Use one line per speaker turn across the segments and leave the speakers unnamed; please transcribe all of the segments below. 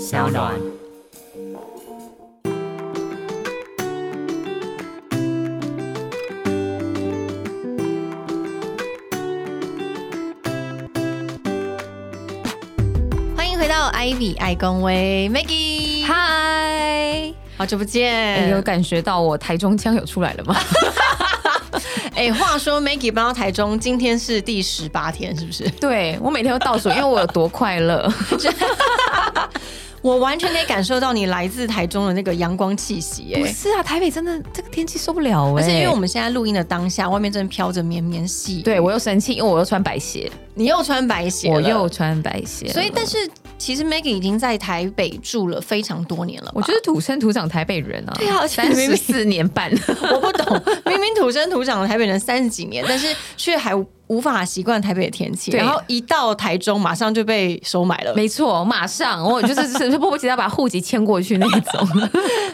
小暖。
欢迎回到 Ivy 爱公威 Maggie，
嗨，
好久不
哎
见。
有感觉到我台中腔有出来了吗？
哎、话说 Maggie 搬到台中，今天是第十八天，是不是？
对我每天都倒 数，因为我有多快乐。
我完全可以感受到你来自台中的那个阳光气息、
不
哎。
是啊，台北真的这个天气受不了哎、
而且因为我们现在录音的当下，外面正飘着绵绵细雨，
对我又生气，因为我又穿白鞋，
你又穿白鞋了，
我又穿白鞋了，
所以，但是其实 Maggie 已经在台北住了非常多年了吧。
我就是土生土长台北人啊，
对啊而且
三十四年半，
我 不懂， 明明土生土长的台北人三十几年，但是却还无法习惯台北的天气，
对
然后一到台中马上就被收买了。
没错，马上我就是是迫不及待把户籍迁过去那种，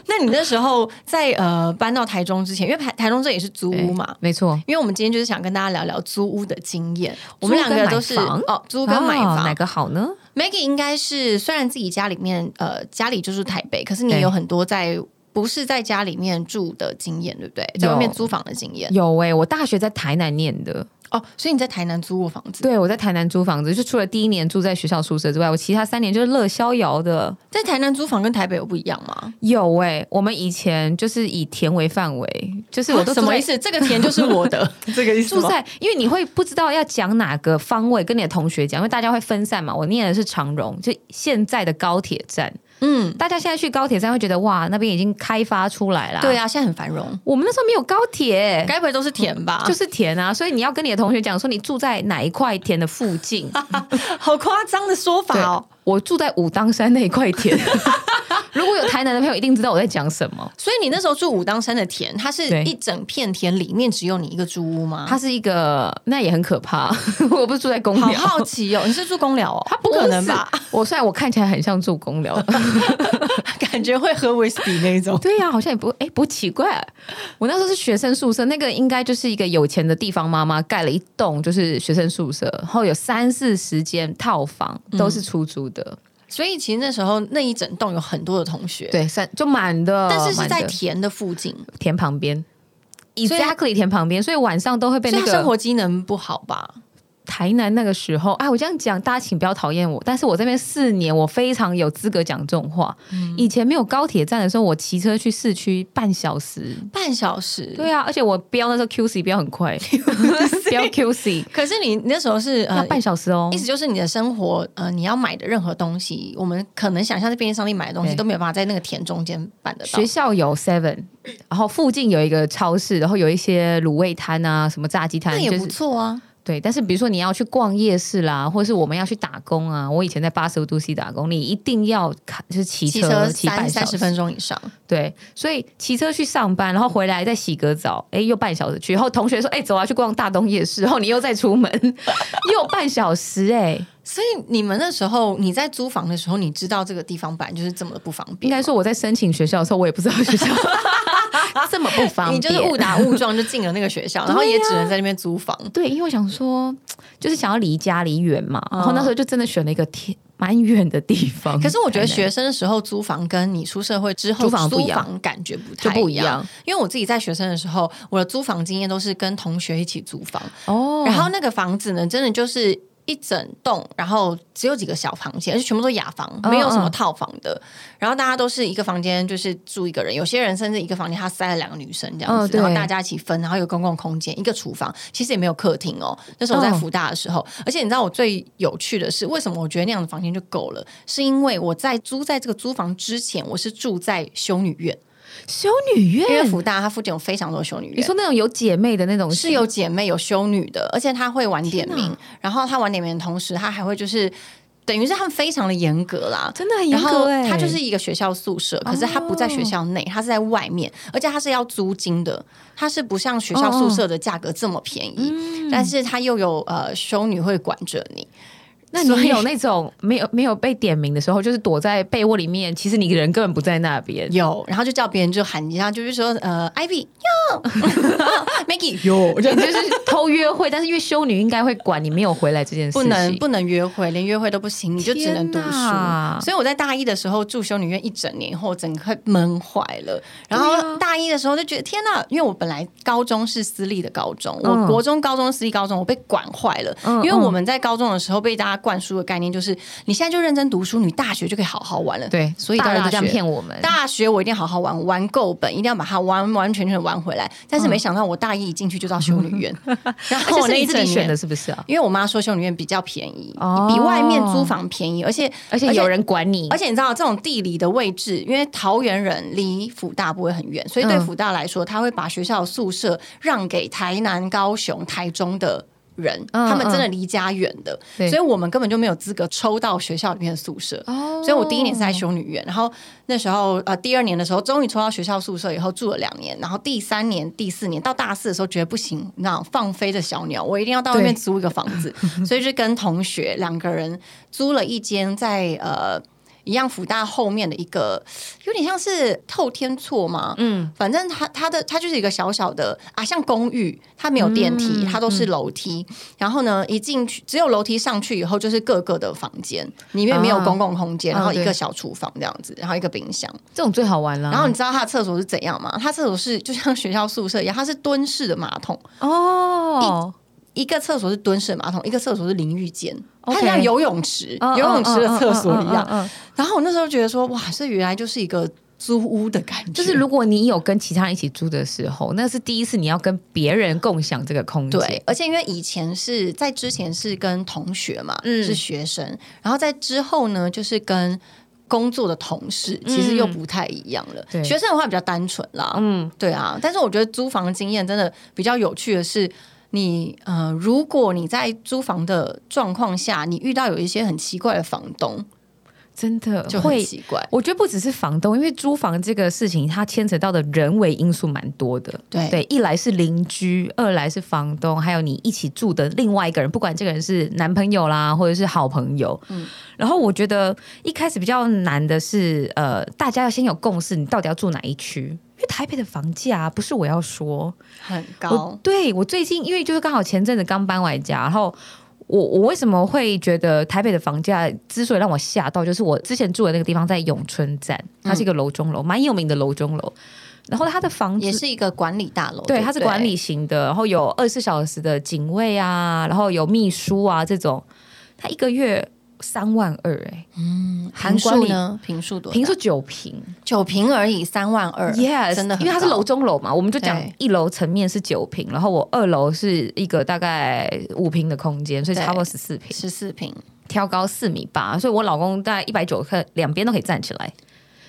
那你那时候在呃搬到台中之前，因为台台中这也是租
对
屋嘛。
没错，
因为我们今天就是想跟大家聊聊租屋的经验，我们两个都是
租跟买房
哦，租跟买
哦
房。
哪个好呢？
Maggie 应该是虽然自己家里面呃家里就是台北，可是你
对
有很多在不是在家里面住的经验，对不对？在外面租房的经验
有哎、我大学在台南念的，
哦，所以你在台南租过房子，
对我在台南租房子，就除了第一年住在学校宿舍之外，我其他三年就是乐逍遥的。
在台南租房跟台北有不一样吗？
有哎、我们以前就是以田为范围，就是我都
啊什
住
么
在
意思？这个田就是我的，这个意
住
吗
在，因为你会不知道要讲哪个方位，跟你的同学讲，因为大家会分散嘛。我念的是长荣，就现在的高铁站，
嗯，
大家现在去高铁站会觉得哇，那边已经开发出来 啦。
对
啊，
啊，现在很繁荣，
我们那时候没有高铁。
该不会都是田吧？
就是田啊，所以你要跟你的同学讲说你住在哪一块田的附 近。
好夸张的说法
对
哦。
我住在武当山那一块 田。如果有台南的朋友，一定知道我在讲什么。
所以你那时候住武当山的田，它是
对
一整片田，里面只有你一个租屋吗？
它是一个，那也很可怕。 我不是住在公
好
寮，
好奇哦， 你是住公寮哦？
它
不可能吧？
不是？我虽然我看起来很像住 公寮，
感觉会喝威士忌那一种。
对呀、好像也不哎、不奇怪。我那时候是学生宿舍，那个应该就是一个有钱的地方妈妈盖了一栋就是学生宿舍，然后有三四十间套房都是出租的，
所以其实那时候那一整栋有很多的同学，
对，三就满的，
但是是
满
在
呃的
田的附近，
田旁边。
所以
Exactly 田旁边，所以晚上都会被
所
那
以他
个
生活机能不好吧？
台南那个时候，哎，我这样讲，大家请不要讨厌我。但是我这边四年，我非常有资格讲这种话。以前没有高铁站的时候，我骑车去市区半小时。
半小时，
对啊，而且我飙那时候 QC 飙很快， 飙 QC
可是你那时候是
要
呃。
半小时哦
意。思就是你的生活，呃，你要买的任何东西，我们可能想象在便利商店买的东西
对
都没有办法在那个田中间办得到
学。校有 Seven，然后附近有一个超市，然后有一些卤味摊啊，什么炸鸡
那
摊，
也
就
不
是
错啊，
对。但是比如说你要去逛夜市啦，或者是我们要去打工啊，我以前在八十五度 C 打工，你一定要看就是骑
骑
车
车
骑半
三
小
三十
时。
分钟以上，
对，所以骑车去上班，然后回来再洗个澡，哎，又半小时去。然后同学说，哎，走啊，去逛大东夜市，然后你又再出门，又半小时、哎，
所以你们那时候你在租房的时候，你知道这个地方本来就是这么的不方
应
便吗，
该说我在申请学校的时候，我也不知道学 校这么不方便，
你就是误打误撞就进了那个学 校，然后也只能在那边租房。
对，因为我想说，就是想要离家离远嘛，然后那时候就真的选了一个天蛮远的地方。
可是我觉得
台南
学生的时候租房跟你出社会之后
租房不
租
一样
房感觉不
就
太
不
一
一样
因为我自己在学生的时候，我的租房经验都是跟同学一起租房，
哦，
然后那个房子呢，真的就是。一整栋，然后只有几个小房间，而且全部都雅房，
嗯
没有什么套房的。然后大家都是一个房间，就是住一个人。有些人甚至一个房间他塞了两个女生这样
嗯
子，
对
然后大家一起分，然后有公共空间，一个厨房，其实也没有客厅哦。那时候我在
哦
福大的时候，而且你知道我最有趣的是，为什么我觉得那样的房间就够了？是因为我在租在这个租房之前，我是住在修女院，
修女院
因为，福大它附近有非常多的修女院。
你说那种有姐妹的那种
是有姐妹有修女的，而且她会晚点名，然后她晚点名的同时，她还会就是等于是他们非常的严格啦。
真的很
然
严
后
格哎、
她就是一个学校宿舍，可是她不在学校
哦
内，她是在外面，而且她是要租金的，她是不像学校
嗯
宿舍的价格这么便宜，但是她又有呃修女会管着你。
那
所
你
以
有那种没有没有被点名的时候，就是躲在被窝里面，其实你人根本不在那边。
有，然后就叫别人就喊一下，就是说呃，Ivy 哟 ，Maggie 哟，
你就是偷约会，但是因为修女应该会管你没有回来这件事情。
不能不能约会，连约会都不行，你就只能读
天哪
书。所以我在大一的时候住修女院一整年后，整个闷坏了。
啊
然后大一的时候就觉得天哪，因为我本来高中是私立的高中，
嗯
我国中、高中私立高中，我被管坏了。
嗯
因为我们在高中的时候被大家灌输的概念就是，你现在就认真读书，你大学就可以好好玩了。
对，
所以
大
到了
人
大
都这样
学
骗我们。
大学我一定好好玩，玩够本，一定要把它完完全全玩回来。但
嗯
是没想到我大一一进去就到修女 院，然
而
后
且
我
是
那一
你自己
整
选的，
年。
是不是啊？
因为我妈说修女院比较便宜，
哦
比外面租房便宜，而且
而且有人管你，
而且你知道这种地理的位置，因为桃园人离辅大不会很远，所以对
嗯
辅大来说，他会把学校的宿舍让给台南、高雄、台中的人，
嗯
他们真的离家远的，
对
所以我们根本就没有资格抽到学校里面的宿舍。
哦
所以我第一年是在修女院，然后那时候呃第二年的时候，终于抽到学校宿舍以后住了两年，然后第三年、第四年到大四的时候觉得不行，那放飞的小鸟，我一定要到外面
对
租一个房 子，所以就跟同学两个人租了一间在呃。一样，福大后面的一个有点像是透天厝嘛，嗯，反正它它的它就是一个小小的啊，像公寓，它没有电
嗯
梯，它都是楼梯。然后呢，一进去只有楼梯上去以后，就是各个的房间，里面没有
啊
公共空间，
啊
然后一
对
个小厨房这样子，然后一个冰箱。
这种最好玩了。
然后你知道它的厕所是怎样吗？它厕所是就像学校宿舍一样，它是蹲式的马桶，
哦，
一个厕所是蹲式的马桶，一个厕所是淋浴间，它
OK
很像游泳池、
嗯
游泳池的厕所一样。
嗯嗯嗯嗯嗯嗯
然后我那时候觉得说，哇，这原来就是一个租屋的感觉，
就是如果你有跟其他人一起住的时候，那是第一次你要跟别人共享这个空间。
对，，而且因为以前是在之前是跟同学嘛，
嗯
是学生，然后在之后呢，就是跟。工作的同事其实又不太一样了。
嗯对
学生的话比较单纯啦，嗯，对啊。但是我觉得租房的经验真的比较有趣的是，你呃，如果你在租房的状况下，你遇到有一些很奇怪的房东，
真的
就很
会。
奇怪。
我觉得不只是房东，因为租房这个事情，它牵扯到的人为因素蛮多的。
对
对，一来是邻居，二来是房东，还有你一起住的另外一个人，不管这个人是男朋友啦，或者是好朋友。嗯，然后我觉得一开始比较难的是，呃，大家要先有共识，你到底要住哪一区？因为台北的房价、啊不是我要说，
很
我
高，
对我最近，因为就是刚好前阵子刚搬回家，然后我我为什么会觉得台北的房价之所以让我吓到，就是我之前住的那个地方在永春站，它是一个楼中楼，蛮有名的楼中楼。然后它的房子
也是一个管理大楼，
对，
不
它是管理型的，然后有二十四小时的警卫啊，然后有秘书啊这种，它一个月三万二哎、
平
含管
数
理
呢，嗯平数多大，
平数九平
九平而已，三万二
，yes，
真的很
因为它是
高
楼中楼嘛，我们就讲
对
一楼层面是九平，然后我二楼是一个大概五平的空间，所以
对
差不多十四平，
十四平，
挑高四米八，所以我老公大概一百九，看两边都可以站起来，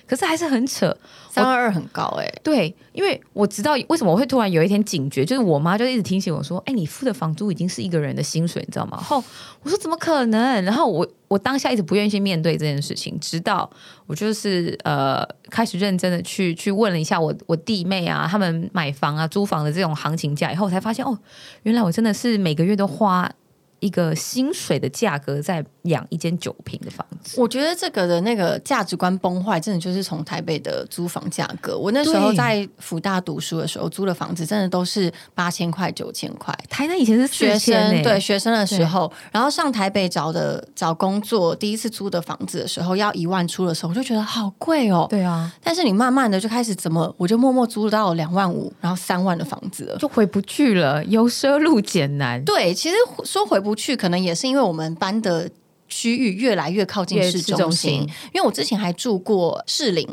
可是还是很扯。
三万二很高哎、
对，因为我知道为什么我会突然有一天警觉，就是我妈就一直提醒我说：“哎、你付的房租已经是一个人的薪水，你知道吗？”然后我说：“怎么可能？”然后我我当下一直不愿意去面对这件事情，直到我就是呃开始认真的去去问了一下我我弟妹啊，他们买房啊、租房的这种行情价以后，我才发现哦，原来我真的是每个月都花一个薪水的价格在养一间九平的房子。
我觉得这个的那个价值观崩坏，真的就是从台北的租房价格。我那时候
对
在福大读书的时候租的房子，真的都是八千块、九千块。
台南以前是
学
4000
生
欸
对学生的时候，然后上台北找的找工作，第一次租的房子的时候要一万出的时候，我就觉得好贵哦。
对啊，
但是你慢慢的就开始怎么，我就默默租到两万五，然后三万的房子了。
就回不去了，由奢入俭难。
对，其实说回不去，可能也是因为我们班的区域越来越靠近
越
市
市中
中心，
心
因为我之前还住过士林，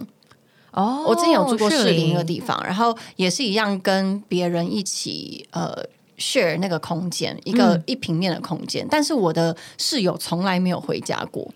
哦
我之前有住过士林那
的
个地方，然后也是一样跟别人一起呃 share 那个空间，一个、一平面的空间，但是我的室友从来没有回家过，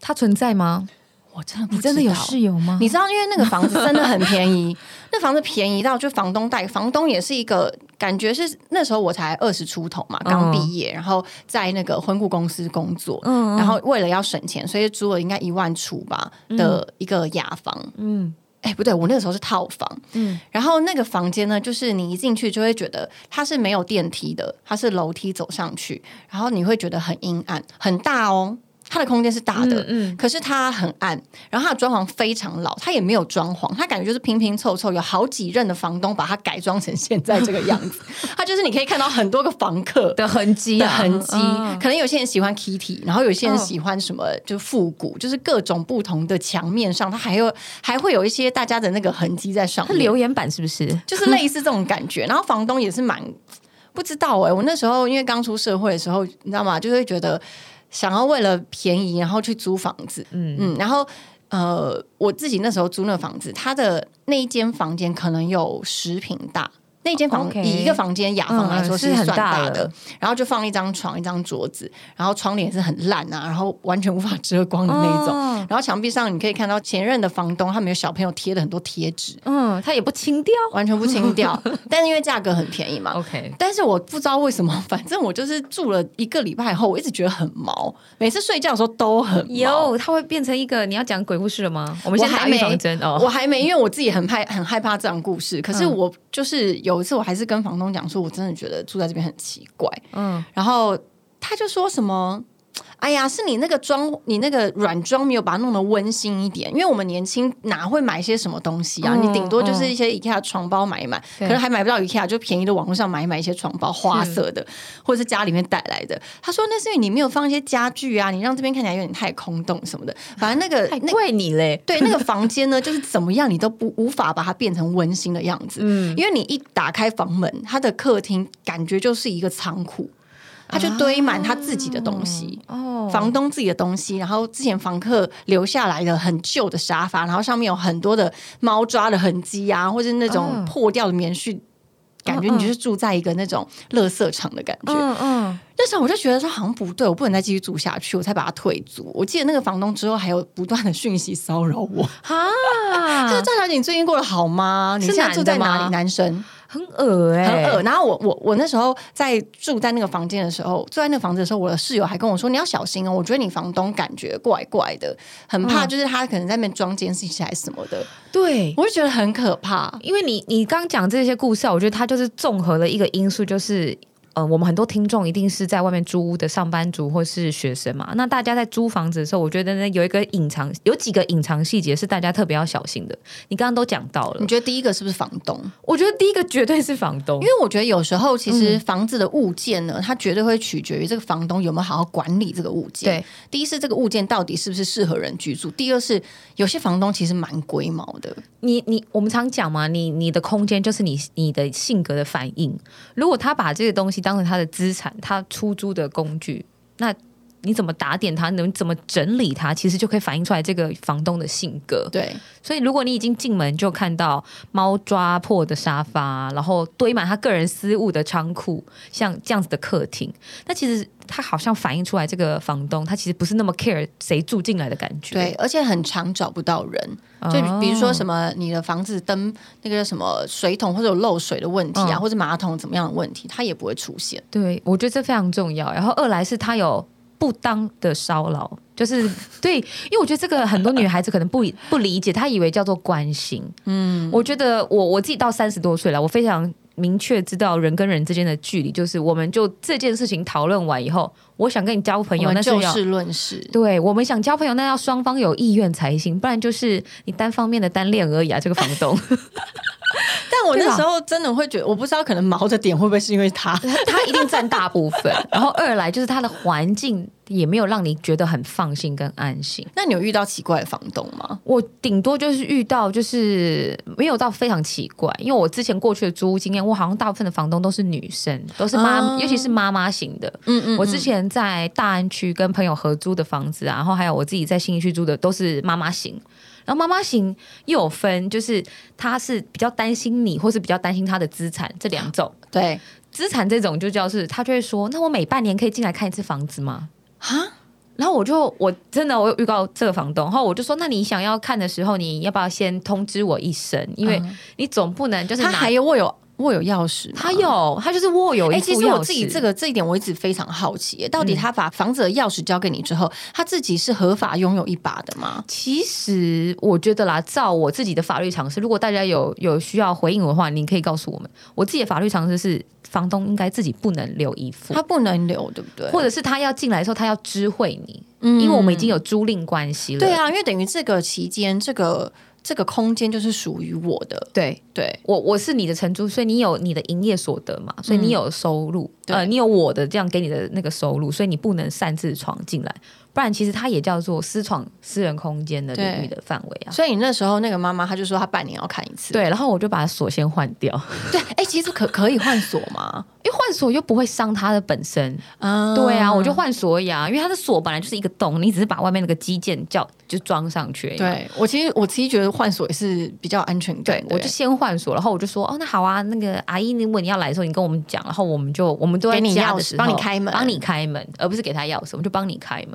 它存在吗？
我真的不
你真的
知
有
道
室友吗？
你知道，因为那个房子真的很便 宜，那房子便宜到就房东贷，房东也是一个感觉是那时候我才二十出头嘛，刚毕业，然后在那个婚顾公司工作，
嗯嗯
然后为了要省钱，所以租了应该一万出吧的一个雅房，嗯。哎，不对，我那个时候是套房，嗯，然后那个房间呢，就是你一进去就会觉得它是没有电梯的，它是楼梯走上去，然后你会觉得很阴暗，很大哦，它的空间是大的，
嗯
可是它很暗，然后它的装潢非常老，它也没有装潢，它感觉就是拼拼凑凑，有好几任的房东把它改装成现在这个样 子，它就是你可以看到很多个房客，
的痕迹
的
啊，
痕迹，
嗯
可能有些人喜欢 Kitty，然后有些人
嗯
喜欢什么，就复古，就是各种不同的墙面上，它还有还会有一些大家的那个痕迹在上
它
面，
留言板是不是？
就是类似这种感觉。然后房东也是蛮不知道哎、我那时候因为刚出社会的时候，你知道吗？就会觉得想要为了便宜，然后去租房子，嗯嗯，然后。呃，我自己那时候租那个房子，它的那一间房间可能有十平大，那间房
哦 OK
以一个房间雅房来说
嗯
是
是很
算
大
大的，
了
然后就放一张床、一张桌子，然后窗帘也是很烂啊，然后完全无法 遮光的那一种。
哦
然后墙壁上你可以看到前任的房东他们有小朋友贴的很多贴纸，
嗯，它也不清掉。
完全不清 掉。但是因为价格很便宜嘛，
OK，
但是我不知道为什么， 反正我就是住了一个礼拜后，我一直觉得很毛，每次睡觉的时候都很毛。
有它会变成一个你要讲鬼故事了吗？
我
我们先打
还
预
没
防针
我
哦。嗯
还没，因为我自己很害很害怕这样的故事。可是我就是有一次，我还是跟房东讲说，我真的觉得住在这边很奇怪。
嗯，
然后他就说什么：“哎呀，是你那个装，你那个软装没有把它弄得温馨一点，因为我们年轻哪会买一些什么东西啊？
嗯
你顶多就是一些 IKEA 床包买一买，可
对
能还买不到 IKEA，就便宜的网络上买一买一些床包，花色的或者是家里面带来的。”他说：“那是因为你没有放一些家具啊，你让这边看起来有点太空洞什么的。反正那个
太
那
怪你嘞。
对，那个房间呢，就是怎么样你都不无法把它变成温馨的样子，
嗯
因为你一打开房门，它的客厅感觉就是一个仓库，它就堆满他自己的东西。
哦，
房东自己的东西，然后之前房客留下来的很旧的沙发，然后上面有很多的猫抓的痕迹啊，或者那种
嗯
破掉的棉絮，感觉
嗯嗯
你就是住在一个那种垃圾场的感觉。
嗯 嗯，
那时候我就觉得说好像不对，我不能再继续住下去，我才把它退租。我记得那个房东之后还有不断的讯息骚扰我，他
哈
说：“，赵小姐，你最近过得好吗？你
啊是
现在
男
住
的
在哪
吗
里？男生
很恶
很
哎，
恶。”然欸后我我我那时候在住在那个房间的时候，住在那个房子的时候，我的室友还跟我说：“你要小心哦，我觉得你房东感觉怪怪的，很
嗯
怕就是他可能在那边装监视器还是什么的。
对，
我就觉得很可怕。
因为你你刚讲这些故事啊，我觉得它就是综合了一个因素，就是。呃，我们很多听众一定是在外面租屋的上班族或是学生嘛。那大家在租房子的时候，我觉得呢有一个隐藏，有几个隐藏细节是大家特别要小心的。你刚刚都讲到了
你，觉得第一个是不是房东？
我觉得第一个绝对是房东，
嗯因为我觉得有时候其
嗯
实房子的物件呢，它绝对会取决于这个房东有没有好好管理这个物件。
对，
第一是这个物件到底是不是适合人居住，第二是有些房东其实蛮龟毛的。
你你我们常讲嘛，你你的空间就是你你的性格的反应。如果他把这个东西当成他的资产，他出租的工具，那你怎么打点他，能怎么整理他，其实就可以反映出来这个房东的性格。
对，
所以，如果你已经进门就看到猫抓破的沙发，然后堆满他个人私物的仓库，像这样子的客厅，那其实他好像反映出来这个房东他其实不是那么 care 谁住进来的感觉。
对，而且很常找不到人，
哦，
就比如说什么你的房子灯那个叫什么水桶或者有漏水的问题啊，
嗯
或者马桶怎么样的问题，它也不会出现。
对，我觉得这非常重要。然后二来是他有不当的骚扰，就是对，因为我觉得这个很多女孩子可能不不理解，她以为叫做关心。嗯，我觉得我我自己到三十多岁了，我非常明确知道人跟人之间的距离，就是我们就这件事情讨论完以后，我想跟你交朋友，
我
那
们
是
就
要。
事论事。
对我们想交朋友，那要双方有意愿才行，不然就是你单方面的单恋而已啊！这个房东，
但我
对
那
吧
时候真的会觉得，我不知道可能毛的点会不会是因为 他。
他一定占大部分。然后二来就是他的环境也没有让你觉得很放心跟安心。
那你有遇到奇怪的房东吗？
我顶多就是遇到，就是没有到非常奇怪，因为我之前过去的租屋经验，我好像大部分的房东都是女生，都是妈，
哦
尤其是妈妈型的。
嗯嗯
我之前在大安区跟朋友合租的房子啊，然后还有我自己在新义区租的都是妈妈型。然后妈妈型又有分，就是她是比较担心你，或是比较担心她的资产这两种。
对
资产这种就叫是，她就会说：“那我每半年可以进来看一次房子吗？”
啊，
然后我就我真的我有预告这个房东，然后我就说，那你嗯想要看的时候，你要不要先通知我一声？因为你总不能就是
他
拿
还有我有握有钥匙吗？
他有，他就是握有一
哎、
副
其
钥匙。
实我自己这个这一点我一直非常好奇耶，到底他把房子的钥匙交给你之后，他自己是合法拥有一把的吗？
其实我觉得啦，照我自己的法律常识，如果大家有有需要回应我的话，你可以告诉我们。我自己的法律常识是，房东应该自己不能留一副，
他不能留，对不对？
或者是他要进来的时候，他要知会你，
嗯
因为我们已经有租赁关系了。
对，啊，因为等于这个期间，这个这个空间就是属于我的，
对
对，
我我是你的承租，所以你有你的营业所得嘛，所以你有收入，
对
呃，你有我的这样给你的那个收入，所以你不能擅自闯进来，不然其实它也叫做私闯私人空间的领域的范围啊。
所以你那时候那个妈妈，她就说她半年要看一次，
对，然后我就把锁先换掉，
对，哎、其实可可以换锁吗？
因为换锁又不会伤它的本身。
啊
对啊，我就换锁呀，因为它的锁本来就是一个洞，你只是把外面那个基建叫就装上去而已。
对我其实我其实觉得换锁也是比较有安全感
对，
的，
我就先换锁，然后我就说，哦，那好啊，那个阿姨，如果你要来的时候，你跟我们讲，然后我们就我们都在
给你
家
钥
的
匙
时候，
帮你开门
帮你开门，而不是给他钥匙，我们就帮你开门。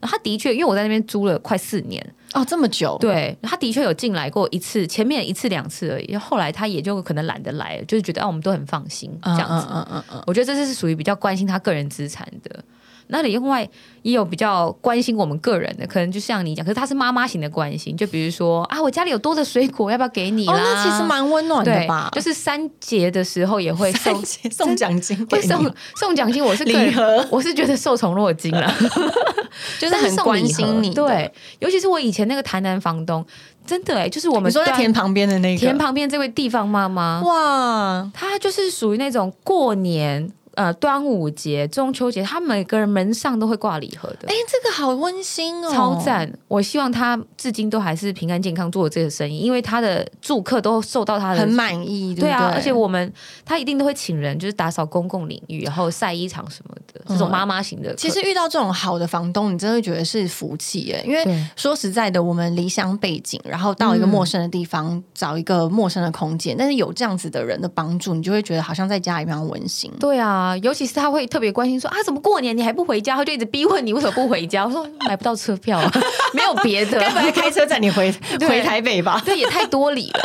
然后他的确，因为我在那边租了快四年，
哦这么久，
对，他的确有进来过一次，前面一次两次而已，后来他也就可能懒得来了，就是觉得啊，我们都很放心这
嗯，
样子。
嗯嗯嗯嗯，
我觉得这是属于比较关心他个人资产的。那另外也有比较关心我们个人的，可能就像你讲，可是他是妈妈型的关心，就比如说啊，我家里有多的水果，要不要给你啦？
哦，那其实蛮温暖的
对
吧？
就是三节的时候 也会送
送送奖金给
会
你，
送送奖金，我是个人
礼盒，
我是觉得受宠若惊了，
就是
但是
很
送
关
礼盒
心你的，
对，尤其是我以前那个台南房东，真的哎、就是我
你
们
说在
端
田旁边的那个
田旁边这位地方妈妈，
哇，
她就是属于那种过年。呃，端午节、中秋节，她每个人门上都会挂礼盒的
哎、，这个好温馨哦，
超赞！我希望她至今都还是平安健康做这个生意，因为她的住客都受到她的
很满意，不
对
对
啊，而且我们他一定都会请人，就是打扫公共领域，然后晒衣场什么的，这种妈妈型的客。
嗯其实遇到这种好的房东，你真的会觉得是福气耶。因为
对
说实在的，我们离乡背景，然后到一个陌生的地方、找一个陌生的空间，但是有这样子的人的帮助，你就会觉得好像在家里非常温 馨。
对啊，尤其是他会特别关心说啊，怎么过年你还不回家？他就一直逼问你为什么不回家。我说买不到车票、啊，没有别的，
开车载你 回
对
北吧？
对也太多礼了。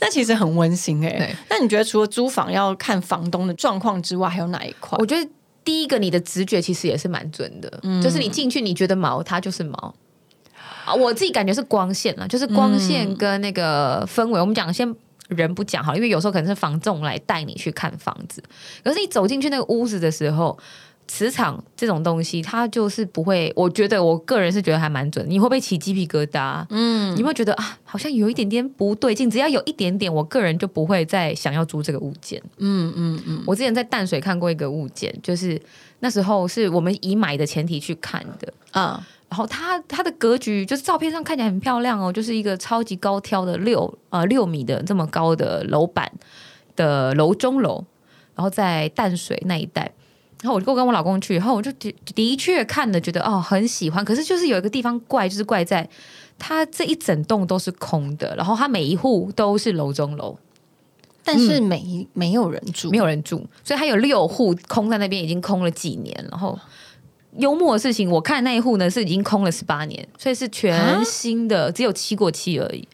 那其实很温馨
对
哎。那你觉得除了租房要看房东的状况之外，还有哪一块
我？觉得第一个你的直觉其实也是蛮准的，就是你进去你觉得毛，它就是毛。啊，我自己感觉是光线啊，就是光线跟那个氛围。我们讲先人不讲好了，因为有时候可能是房仲来带你去看房子，可是你走进去那个屋子的时候。磁场这种东西，它就是不会。我觉得，我个人是觉得还蛮准。你会不会起鸡皮疙瘩？嗯，你有没有觉得啊，好像有一点点不对劲？只要有一点点，我个人就不会再想要租这个物件。我之前在淡水看过一个物件，就是那时候是我们以买的前提去看的，
啊，
然后它它的格局就是照片上看起来很漂亮哦，就是一个超级高挑的六呃六米的这么高的楼板的楼中楼，然后在淡水那一带。然后我就跟我老公去，然后我就的的确看了，觉得哦很喜欢。可是就是有一个地方怪，就是怪在它这一整栋都是空的，然后它每一户都是楼中楼，
但是没、嗯没有人住，
没有人住，所以他有六户空在那边，已经空了几年。然后幽默的事情，我看那一户呢是已经空了十八年，所以是
啊
全新的，只有七过七而已。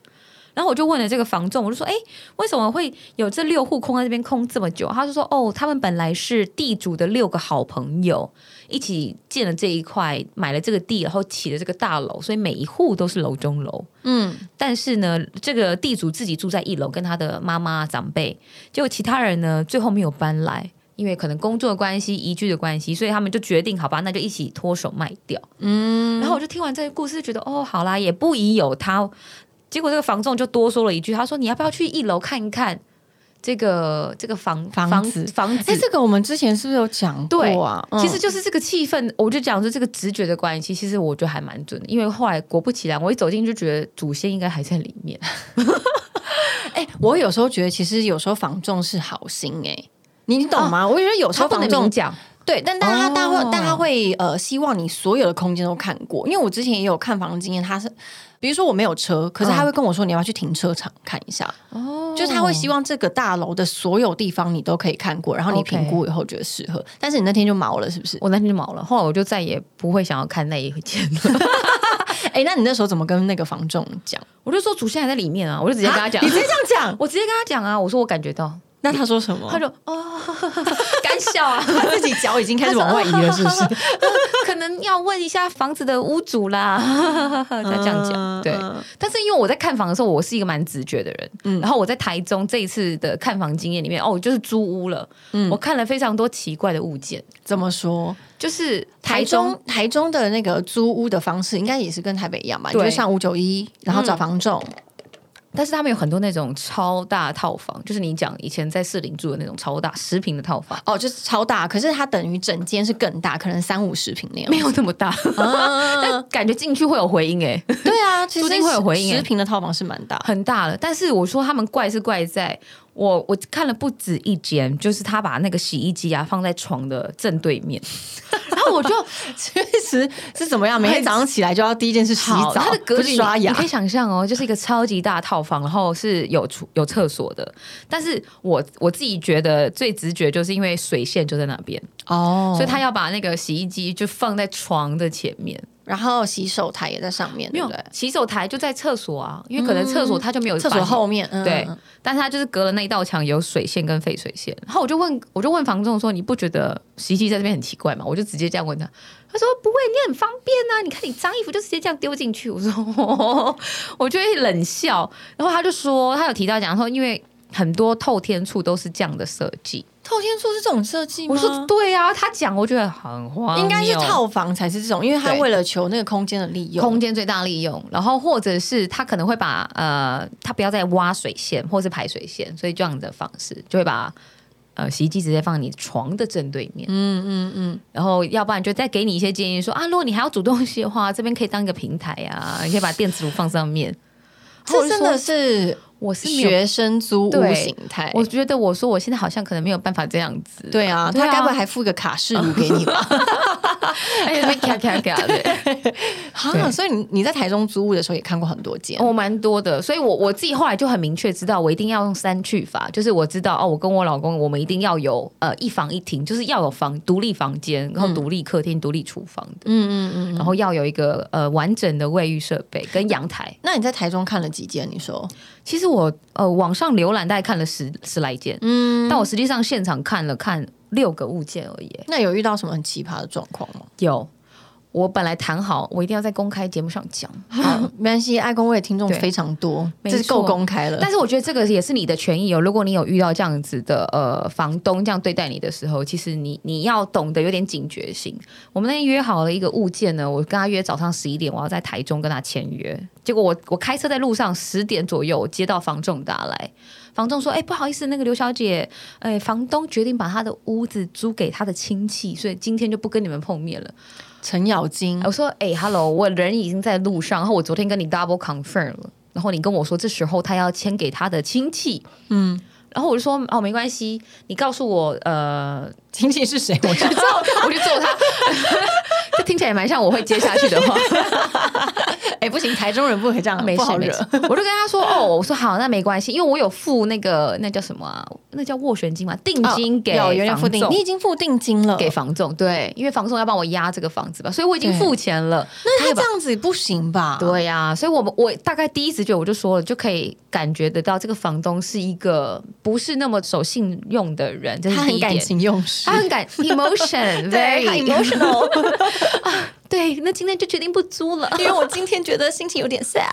然后我就问了这个房仲，我就说：“哎，为什么会有这六户空在这边空这么久？”他就说：“哦，他们本来是地主的六个好朋友一起建了这一块，买了这个地，然后起了这个大楼，所以每一户都是楼中楼。
嗯，
但是呢，这个地主自己住在一楼，跟他的妈妈长辈，结果其他人呢最后没有搬来，因为可能工作的关系、移居的关系，所以他们就决定，好吧，那就一起脱手卖掉。嗯，然后我就听完这个故事，觉得哦，好啦，也不宜有他。结果这个房仲就多说了哦一句，他说：“你要不要去一楼看一看这个这个房
房
房
子
房
哎、
子？”
这个我们之前是不是有讲
对
过啊？
其
嗯
实就是这个气氛，我就讲说这个直觉的关系，其实我觉得还蛮准的。因为后来果不其然，我一走进就觉得祖先应该还在里面。
哎、我有时候觉得，其实有时候房仲是好心哎、你懂吗？我觉得有时
哦他
候
不能
房
明
仲
讲，
对，但但他
哦
他会、但他会呃，希望你所有的空间都看过。因为我之前也有看房的经验，他是比如说我没有车，可是他会跟我说你要不要去停车场看一下，
嗯哦
就是他会希望这个大楼的所有地方你都可以看过，然后你
OK
评估以后觉得适合。但是你那天就毛了，是不是？
我那天就毛了，后来我就再也不会想要看那一件了。
哎、那你那时候怎么跟那个房仲讲？
我就说祖先还在里面啊，我就直
直
接跟他讲，
你直接这样讲，
我直接跟他讲啊，我说我感觉到，
那他说什么？
他就哦， 干笑啊，
他自己脚已经开始往外移了，是不是？
可能要问一下房子的屋主啦， 他这样讲。对，
嗯
但是因为我在看房的时候，我是一个蛮直觉的人，然后我在台中这一次的看房经验里面，哦，就是租屋了，我看了非常多奇怪的物件，
怎么说？
就是
台中台中的那个租屋的方式，应该也是跟台北一样吧？你
对
就上五九一，然后找房仲，
但是他们有很多那种超大套房，就是你讲以前在士林住的那种超大十平的套房，
哦，就是超大，可是它等于整间是更大，可能三五十平那样
没。有那么大， 但感觉进去会有回音哎、
对啊，其实
注定会有回应
十
欸
十平的套房是蛮 大，
很大了。但是我说他们怪是怪在我我看了不止一间，就是他把那个洗衣机啊放在床的正对面，然后我就
确实是怎么样？每天早上起来就要第一件事洗
好，
澡，
它的格
不
局
是
你
刷牙
你可以想象哦，就是一个超级大套房，然后是有厨有厕所的。但是我我自己觉得最直觉就是因为水线就在那边，
哦
所以他要把那个洗衣机就放在床的前面，
然后洗手台也在上面，
没
对
有
不对？
洗手台就在厕所啊，因为可能厕所他就没有
厕所
把你
后面，嗯
对，但是他就是隔了那一道墙，有水线跟废水线。然后我就问，我就问房仲说：“你不觉得洗衣机在这边很奇怪吗？”我就直接这样问他，他说：“不会，你很方便啊，你看你脏衣服就直接这样丢进去。”我说：“ 我就会冷笑。”然后他就说，他有提到讲说，因为。很多透天处都是这样的设计，
透天厝是这种设计吗？
我说对啊，他讲我觉得很荒谬，
嗯应该是套房才是这种，因为他
对
为了求那个嗯空间的利用，
空间最大利用，然后或者是他可能会把呃，他不要再挖水线或是排水线，所以这样的方式就会把呃洗衣机直接放你床的正对面，嗯嗯嗯，然后要不然就再给你一些建议说啊，如果你还要煮东西的话，这边可以当一个平台啊，你可以把电磁炉放上 面。然后我
这
就
真
说
的是
我是没有，
学生租屋
对
形态。
我觉得我说我现在好像可能没有办法这样子，
对啊，
对啊
他该不会还附个卡式炉给你 吧？
而哎且那边咔咔咔 的。
啊，
对
所以你你在台中租屋的时候也看过很多间，
我哦蛮多的，所以我我自己后来就很明确知道，我一定要用三去法，就是我知道哦，我跟我老公，我们一定要有呃一房一厅，就是要有房独立房间，然后独立客厅、独立厨房的，嗯嗯嗯，然后要有一个呃完整的卫浴设备跟阳台。
那你在台中看了几间？你说
其实我呃网上浏览大概看了十十来间，嗯，但我实际上现场看了看六个物件而已。
那有遇到什么很奇葩的状况吗？
有，我本来谈好，我一定要在公开节目上讲，
好，没关系，爱公会的听众
对
非常多，
没
这是够
错
公开了
但。是我觉得这个也是你的权益哦。如果你有遇到这样子的呃房东这样对待你的时候，其实你你要懂得有点警觉性。我们那天约好了一个物件呢，我跟他约早上十一点，我要在台中跟他签约。结果我我开车在路上十点左右，我接到房仲打来，房仲说：“哎、不好意思，那个刘小姐，哎、房东决定把他的屋子租给他的亲戚，所以今天就不跟你们碰面了。”
程咬金，
我说：“哎、h e l l o 我人已经在路上，然后我昨天跟你 double confirm 了，然后你跟我说这时候他要签给他的亲戚，嗯，然后我就说哦，没关系，你告诉我，呃，
亲戚是谁？我
就揍，我就 揍他，这听起来蛮像我会接下去的话，
哎，不行，台中人不可以这样，
没
不
事
好
没
惹
事。，我就跟他说哦，我说好，那没关系，因为我有付那个那叫什么啊，那叫斡旋金嘛，定金给
哦有有点
房
付定，
仲
你已经付定金了，
给房仲，对，因为房仲要帮我押这个房子吧，所以我已经
对
付钱了，
那
也
他
把
这样子不行吧？，
对呀、所以我们我大概第一直觉我就说了，就可以感觉得到这个房东是一个不是那么守信用的人，这是
他
第
很
一点
感。情用事
他。很感 emotion，
啊对他
very
emotional，
对。那今天就决定不租了。
因为我今天觉得心情有点 sad，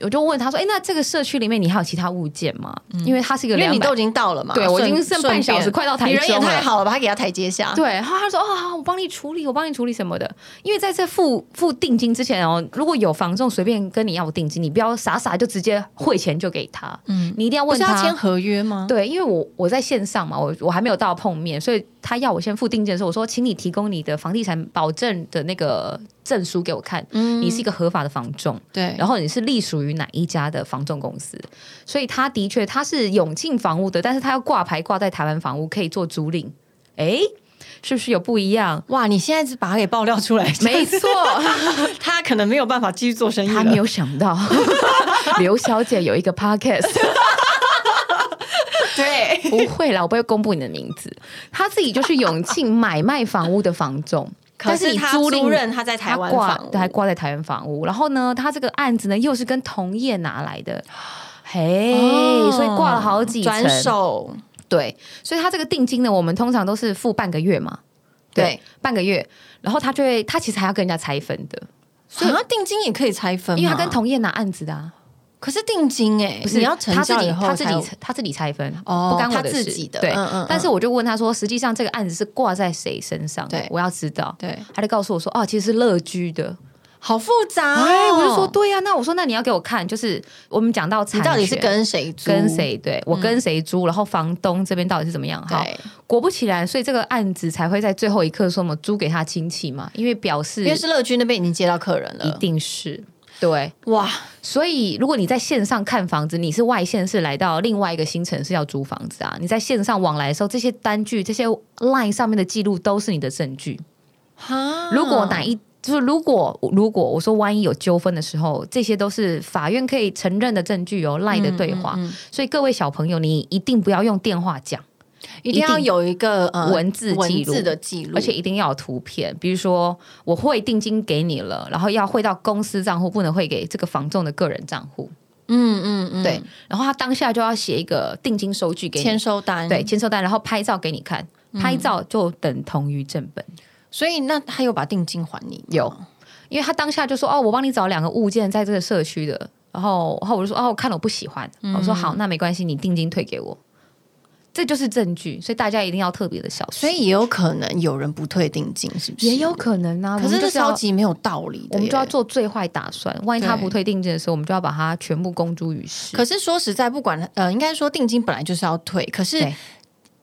我就问他说：“哎，那这个社区里面你还有其他物件吗？因为它是一
嗯
个
因为
两
你
百
都已经到了嘛，
对我已经
顺
剩半小时
顺便
快到台中
你
了
人也太好了吧，把他给他台阶下，
对，然后他说：“哦，好，好我帮你处理，我帮你处理什么的。”因为在这付付定金之前哦，如果有房仲随便跟你要定金，你不要傻傻就直接汇钱就给他，嗯，你一定要
不
问
是啊
他
要签合约吗？
对，因为我我在线上嘛，我我还没有到碰面，所以他要我先付定金的时候，我说，请你提供你的房地产保证的那个证书给我看，你是一个合法的房仲，
对，
然后你是隶属于哪一家的房仲公司，所以他的确他是永庆房屋的，但是他要挂牌挂在台湾房屋可以做租赁，诶，是不是有不一 样？
哇，你现在是把他给爆料 出来，
没错，
他可能没有办法继续做生意了。
他 没有想到 刘小姐有一个 podcast。
对，
不会啦，我不会公布你的名字。他自己就是永庆买卖房屋的房 仲，
可
但是
是
你
他租
赁
赁他在台湾
他挂
房屋
对还挂在台湾房屋。然后呢，他这个案子呢又是跟同业拿来的。嘿，
哦
所以挂了好几层
转手，
对，所以它这个定金呢，我们通常都是付半个月嘛，
对
半个月，然后他就会，他其实还要跟人家拆分的，
所以啊定金也可以拆分吗，
因为他跟同业拿案子的啊，
可是定金哎、
不是
你要成
他自
交
己
以后
他自
才有
己他自己拆分，
哦
不干我
他
的
自
事
己的
对，
嗯嗯嗯
但是我就问他说，实际上这个案子是挂在谁身上？啊
对
我要知道。
对，
他就告诉我说，哦，其实是乐居的。
好复杂、哦。
哎，我就说，对呀、那我说那你要给我看，就是我们讲到
你
产
到底是
权
跟谁租？
跟？谁？对我跟谁租，然后房东这边到底是怎么样？好，
对，
果不其然，所以这个案子才会在最后一刻说我们租给他亲戚嘛，因为表示
因为是呃乐居那边已经接到客人
一
了。
定是对。
哇，
所以如果你在线上看房子，你是外县市来到另外一个新城市要租房子啊，你在线上往来的时候，这些单据、这些 LINE 上面的记录都是你的证据。
哈
如果哪一就是如果如果我说万一有纠纷的时候，这些都是法院可以承认的证据哦，LINE 的对话。所以各位小朋友，你一定不要用电话讲。
一定要有一个呃
文字
文
记录
字的记录，
而且一定要有图片，比如说我汇定金给你了，然后要汇到公司账户，不能汇给这个房仲的个人账户。
嗯嗯嗯，
对，，然后他当下就要写一个定金收据给
签
你，
收单
对，。签收单，然后拍照给你看，
嗯
拍照就等同于正本。
所以那他有把定金还你吗？
有因为他当下就说：“哦，我帮你找两个物件在这个社区的。”然后，然后我就说：“哦，我看了我不喜欢。
嗯
我说：“好，那没关系，你定金退给我。”这就是证据，所以大家一定要特别的小心。
所以也有可能有人不退定金，是不是？
也有，可能啊，
可
我
是
们
这
就是要
超级没有道理的耶。
我们就要做最坏打算。万一他
对
不退定金的时候，我们就要把它全部公诸于世。
可是说实在，不管呃，应该说定金本来就是要退，可是
对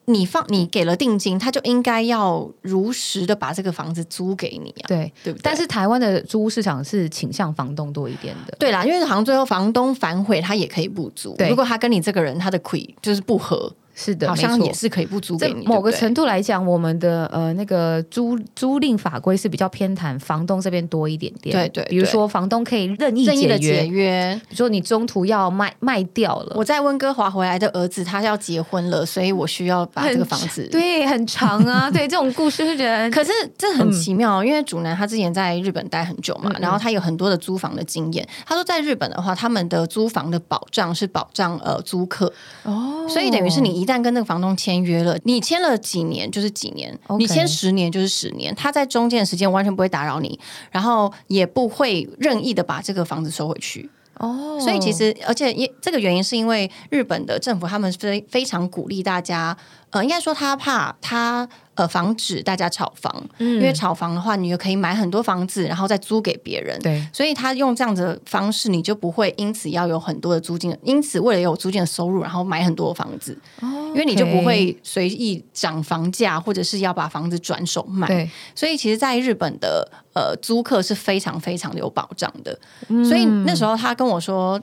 你放你给了定金，他就应该要如实的把这个房子租给你啊，
对，
对不对？
但是台湾的租屋市场是倾向房东多一点的。
对啦，因为好像最后房东反悔，他也可以不租。
对
如果他跟你这个人他的亏就是不合，
是的，
好像
没错
也是可以不租
在
给你。
某个
对不对
程度来讲，我们的呃那个租租赁法规是比较偏袒房东这边多一点点。
对对对
比如说房东可以任意
任意
解
的
约，
解约。
比如说你中途要卖卖掉了，
我在温哥华回来的儿子，他要结婚了，所以我需要把这个房子。，
对很长 啊，对这种故事就觉得
可是这很奇妙，因为主男他之前在日本待很久嘛
嗯，嗯
然后他有很多的租房的经验。他说，在日本的话，他们的租房的保障是保障呃租客，
哦
所以等于是你一旦跟那个房东签约了，你签了几年就是几年
OK
你签十年就是十年，他在中间的时间完全不会打扰你，然后也不会任意的把这个房子收回去。
哦，
所以其实，而且也这个原因是因为日本的政府他们非非常鼓励大家，呃，应该说他怕他呃防止大家炒房，
嗯
因为炒房的话，你就可以买很多房子，然后再租给别人。
对
所以他用这样子的方式，你就不会因此要有很多的租金，因此为了有租金的收入，然后买很多的房子，
哦
因为你就不会随意涨房价，或者是要把房子转手卖。
对。
所以其实，在日本的呃租客是非常非常有保障的。所以那时候他跟我说。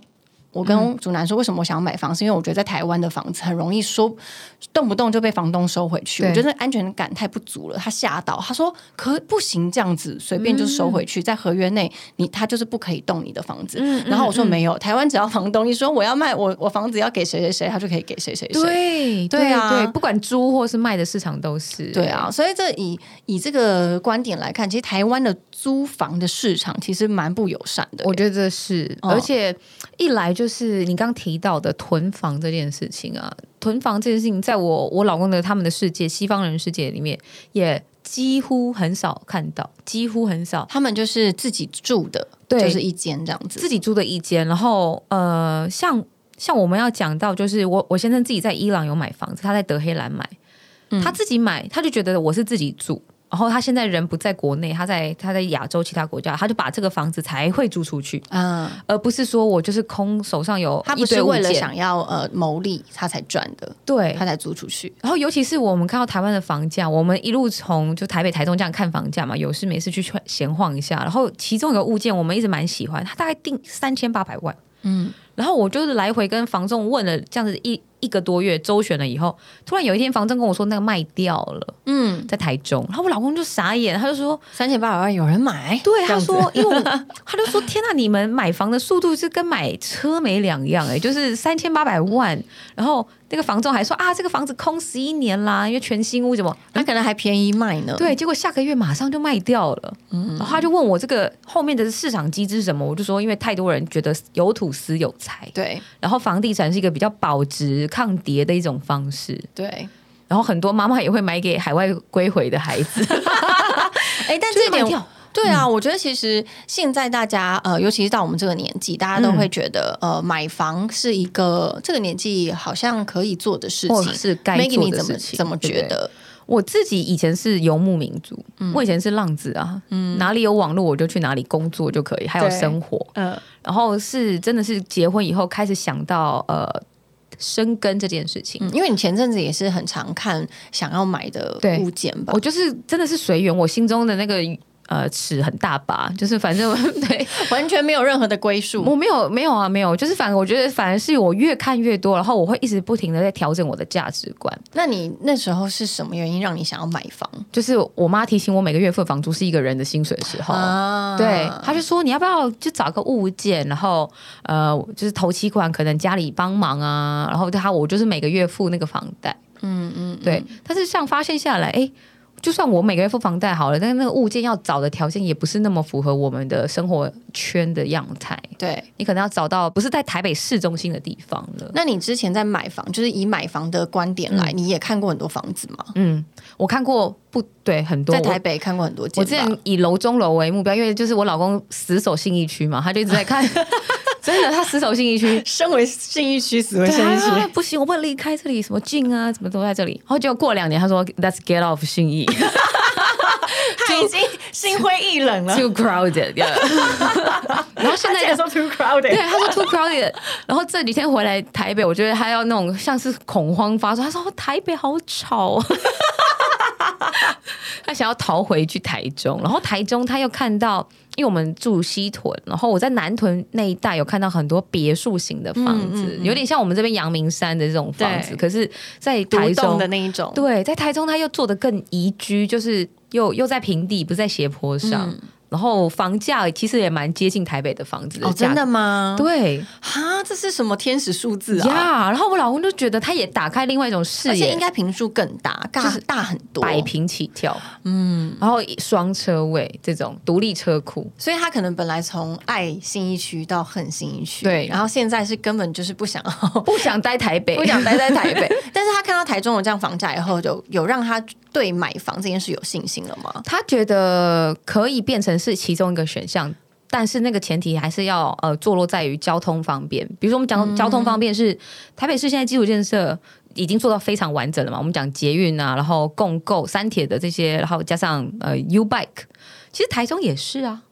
我跟主男说，为什么我想要买房，是因为我觉得在台湾的房子很容易说，动不动就被房东收回去，
对
我觉得安全感太不足了。他吓到，他说：“可不行，这样子随便就收回去，在合约内，你他就是不可以动你的房子。然后我说：“没有，台湾只要房东一说我要卖我我房子要给谁谁谁，他就可以给谁谁谁。”
对
对啊
对，不管租或是卖的市场都是
对啊，，所以这以以这个观点来看，其实台湾的租房的市场其实蛮不友善的。
我觉得这是，
哦
而且一来就是你刚提到的囤房这件事情啊，囤房这件事情，在我我老公的他们的世界，西方人世界里面也。几乎很少看到，几乎很少
他们就是自己住的，
对
就是一间这样子。
自己租的一间。然后呃，像像我们要讲到，就是我我先生自己在伊朗有买房子，他在德黑兰买，他自己买，他就觉得我是自己住。然后他现在人不在国内，他在他在亚洲其他国家，他就把这个房子才会租出去。
嗯，
而不是说我就是空手上有
他
一
不
堆
是
物
为了
件
想要呃牟利他才赚的，
对
他。才租出去。
然后尤其是我们看到台湾的房价，我们一路从就台北、台中这样看房价嘛，有事没事去闲晃一下。然后其中有个物件我们一直蛮喜欢，它大概定三千八百万，嗯。然后我就是来回跟房仲问了这样子一一个多月，周旋了以后，突然有一天房仲跟我说那个卖掉了，
嗯，
在台中。然后我老公就傻眼，他就说
三千八百万有人买，
对，
这
他
样子
说，因 为我他就说，天呐，你们买房的速度是跟买车没两样哎、就是三千八百万，然后那个房仲还说啊，这个房子空十一年啦，因为全新屋怎么。
他可能还便宜卖呢。
对，结果下个月马上就卖掉了。
嗯
然后他就问我这个后面的市场机制是什么，我就说因为太多人觉得有土司有财。
对
然后房地产是一个比较保值、抗跌的一种方式。
对，
然后很多妈妈也会买给海外归回的孩子，
哎，但
就
这
是
一点
卖掉嗯
对啊，我觉得其实现在大家呃，尤其是到我们这个年纪，大家
嗯
都会觉得、呃，买房是一个这个年纪好像可以做的事
或
情。
是该
Maggie，
做
你
的
怎么
事情。
怎么
对不
觉
对
得？
我自己以前是游牧民族，
嗯
我以前是浪子啊，哪里有网络我就去哪里工作就可以，还有
对
生活。
呃，
然后是真的是结婚以后开始想到呃生根这件事情。
嗯因为你前阵子也是很常看想要买的
对
物件吧
我？就是真的是随缘，我心中的那个呃尺很大吧，就是 反正对
完全没有任何的归属。
我没有没有啊没有，就是反我觉得反而是我越看越多，然后我会一直不停的在调整我的价值观。
那你那时候是什么原因让你想要买房
就是我妈提醒我每个月付房租是一个人的薪水的时候。
啊
对，她就说你要不要就找个物件，然后呃，就是头期款可能家里帮忙啊，然后她我就是每个月付那个房贷，
嗯嗯，
对，但是像发现下来，哎、就算我每个月付房贷好了，但是那个物件要找的条件也不是那么符合我们的生活圈的样态。
对。
你可能要找到不是在台北市中心的地方了。
那你之前在买房，就是以买房的观点来，你也看过很多房子吗？
嗯，我看过不对很多
在台
我
北看过很多
我
间
之
吧，
前以楼中楼为目标，因为就是我老公死守信义区嘛，他就一直在看， 真的他死守信义区，
身为信义区，死为
对
信义
他说
区，
哎不行，我不能离开这里，什么静啊，什么都在这里。然后结果过两年，他说 Let's get off 信义
他已经心灰意冷 了。
，too crowded yeah。然后现在
他竟然 说 too crowded，
对，他说 too crowded。然后这几天回来台北，我觉得他要那种像是恐慌发作。他说哦台北好吵、 哦，他想要逃回去台中。然后台中他又看到，因为我们住西屯，然后我在南屯那一带有看到很多别墅型的房子，嗯有点像我们这边阳明山的这种房子，
对
可是，在台
独
中
栋的那一种，
对，在台中他又做的更宜居，就是又又在平地，不是在斜坡上。
嗯
然后房价其实也蛮接近台北的房子的
哦，真
价格
的吗？
对
哈，这是什么天使数字啊？
呀然后我老公就觉得他也打开另外一种视
而且
野，
应该平数更大，大、
就是
大很多，
百平起跳，嗯，然后双车位这种独立车库，
所以他可能本来从爱新一区到恨新一区，
对
然后现在是根本就是不想 要
不想待台北，
不想待在台 北，但是他看到台中有这样房价以后，就有让他对买房这件事有信心了吗？
他觉得可以变成是其中一个选项，但是那个前提还是要呃坐落在于交通方便。比如说我们
嗯
讲交通方便是、台北市现在基础建设已经做到非常完整了嘛，我们讲捷运啊，然后共购、三铁的这些，然后加上呃 U Bike，其实台中也是啊。